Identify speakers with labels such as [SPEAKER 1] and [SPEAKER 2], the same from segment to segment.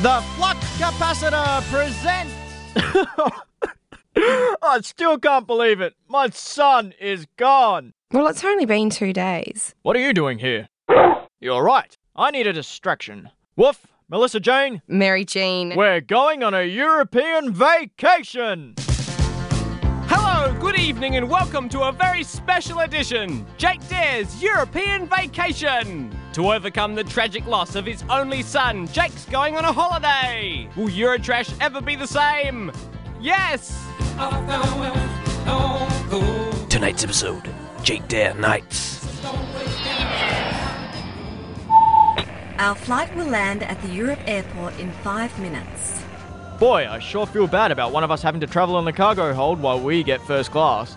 [SPEAKER 1] The Flux Capacitor presents.
[SPEAKER 2] I still can't believe it. My son is gone.
[SPEAKER 3] Well, it's only been two days.
[SPEAKER 2] What are you doing here? You're right. I need a distraction. Woof, Melissa Jane,
[SPEAKER 3] Mary Jean.
[SPEAKER 2] we're going on a European vacation.
[SPEAKER 4] Hello, good evening, and welcome to a very special edition Jake Dare's European Vacation. To overcome the tragic loss of his only son, Jake's going on a holiday. Will Eurotrash ever be the same? Yes!
[SPEAKER 5] Tonight's episode Jake Dare Nights.
[SPEAKER 6] Our flight will land at the Europe airport in five minutes.
[SPEAKER 2] Boy, I sure feel bad about one of us having to travel on the cargo hold while we get first class.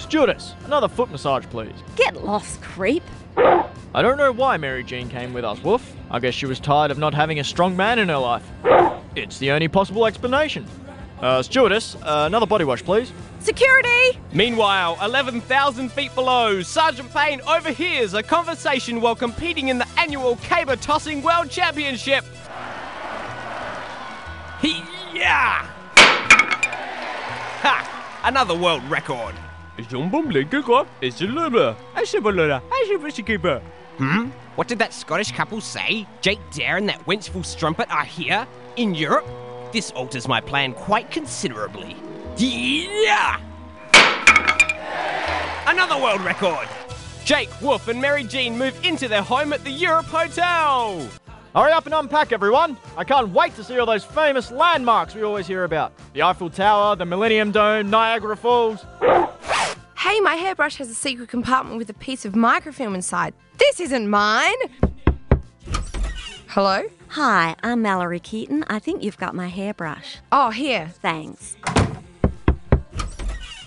[SPEAKER 2] Stewardess, another foot massage, please.
[SPEAKER 7] Get lost, creep.
[SPEAKER 2] I don't know why Mary Jean came with us, Woof. I guess she was tired of not having a strong man in her life. It's the only possible explanation. Uh, stewardess, uh, another body wash, please.
[SPEAKER 7] Security!
[SPEAKER 4] Meanwhile, 11,000 feet below, Sergeant Payne overhears a conversation while competing in the annual caber tossing world championship. He. Yeah! Ha! Another world record. Hmm? What did that Scottish couple say? Jake Dare and that wenchful strumpet are here? In Europe? This alters my plan quite considerably. Yeah! Another world record! Jake, Wolf, and Mary Jean move into their home at the Europe Hotel!
[SPEAKER 2] Hurry up and unpack, everyone! I can't wait to see all those famous landmarks we always hear about the Eiffel Tower, the Millennium Dome, Niagara Falls.
[SPEAKER 3] Hey, my hairbrush has a secret compartment with a piece of microfilm inside. This isn't mine. Hello?
[SPEAKER 6] Hi, I'm Mallory Keaton. I think you've got my hairbrush.
[SPEAKER 3] Oh, here.
[SPEAKER 6] Thanks.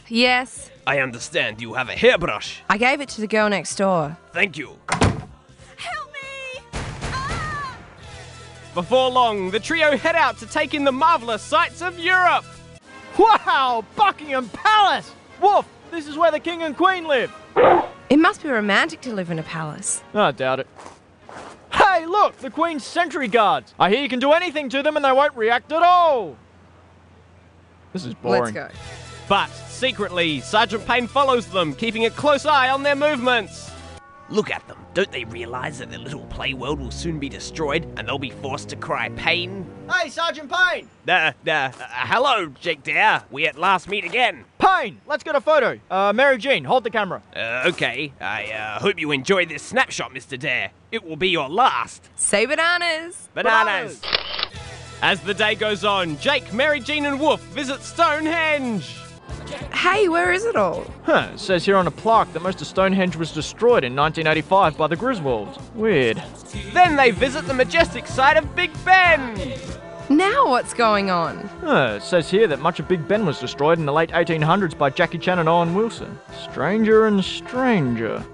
[SPEAKER 3] Yes.
[SPEAKER 4] I understand you have a hairbrush.
[SPEAKER 3] I gave it to the girl next door.
[SPEAKER 4] Thank you.
[SPEAKER 6] Help me! Ah!
[SPEAKER 4] Before long, the trio head out to take in the marvellous sights of Europe.
[SPEAKER 2] Wow, Buckingham Palace! Woof, this is where the King and Queen live.
[SPEAKER 3] It must be romantic to live in a palace.
[SPEAKER 2] I doubt it. Hey, look, the Queen's sentry guards. I hear you can do anything to them and they won't react at all. This is boring.
[SPEAKER 3] Let's go.
[SPEAKER 4] But secretly, Sergeant Payne follows them, keeping a close eye on their movements. Look at them. Don't they realize that their little play world will soon be destroyed and they'll be forced to cry pain?
[SPEAKER 2] Hey, Sergeant Payne!
[SPEAKER 4] Nah, nah. Uh, hello, Jake Dare. We at last meet again.
[SPEAKER 2] Payne, let's get a photo. Uh, Mary Jean, hold the camera.
[SPEAKER 4] Uh, okay. I uh, hope you enjoy this snapshot, Mr. Dare. It will be your last.
[SPEAKER 3] Say bananas.
[SPEAKER 4] Bananas! As the day goes on, Jake, Mary Jean, and Wolf visit Stonehenge.
[SPEAKER 3] Hey, where is it all?
[SPEAKER 2] Huh, it says here on a plaque that most of Stonehenge was destroyed in 1985 by the Griswolds. Weird.
[SPEAKER 4] Then they visit the majestic site of Big Ben.
[SPEAKER 3] Now what's going on?
[SPEAKER 2] Huh, it says here that much of Big Ben was destroyed in the late 1800s by Jackie Chan and Owen Wilson. Stranger and stranger.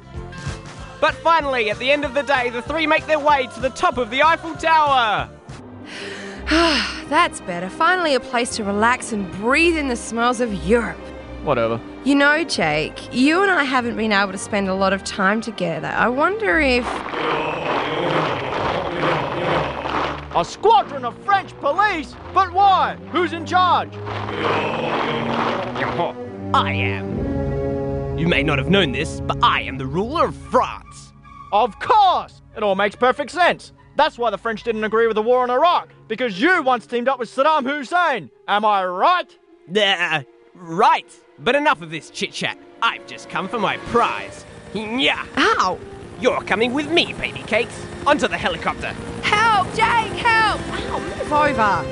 [SPEAKER 4] But finally, at the end of the day, the three make their way to the top of the Eiffel Tower.
[SPEAKER 3] That's better. Finally, a place to relax and breathe in the smells of Europe.
[SPEAKER 2] Whatever.
[SPEAKER 3] You know, Jake, you and I haven't been able to spend a lot of time together. I wonder if.
[SPEAKER 2] A squadron of French police? But why? Who's in charge?
[SPEAKER 4] I am. You may not have known this, but I am the ruler of France.
[SPEAKER 2] Of course! It all makes perfect sense. That's why the French didn't agree with the war in Iraq, because you once teamed up with Saddam Hussein. Am I right?
[SPEAKER 4] Nah, right. But enough of this chit chat. I've just come for my prize. Yeah,
[SPEAKER 3] Ow!
[SPEAKER 4] you're coming with me, baby cakes. Onto the helicopter.
[SPEAKER 3] Help, Jake, help! Ow, move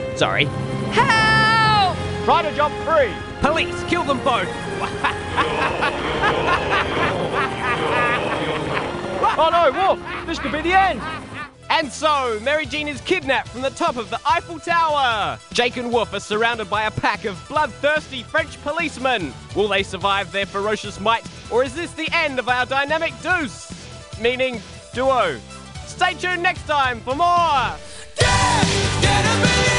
[SPEAKER 3] over.
[SPEAKER 4] Sorry.
[SPEAKER 3] Help!
[SPEAKER 2] Try to jump free.
[SPEAKER 4] Police, kill them both.
[SPEAKER 2] Oh no, Wolf, this could be the end.
[SPEAKER 4] And so, Mary Jean is kidnapped from the top of the Eiffel Tower. Jake and Wolf are surrounded by a pack of bloodthirsty French policemen. Will they survive their ferocious might, or is this the end of our dynamic deuce? Meaning duo. Stay tuned next time for more!
[SPEAKER 8] Get, get a million.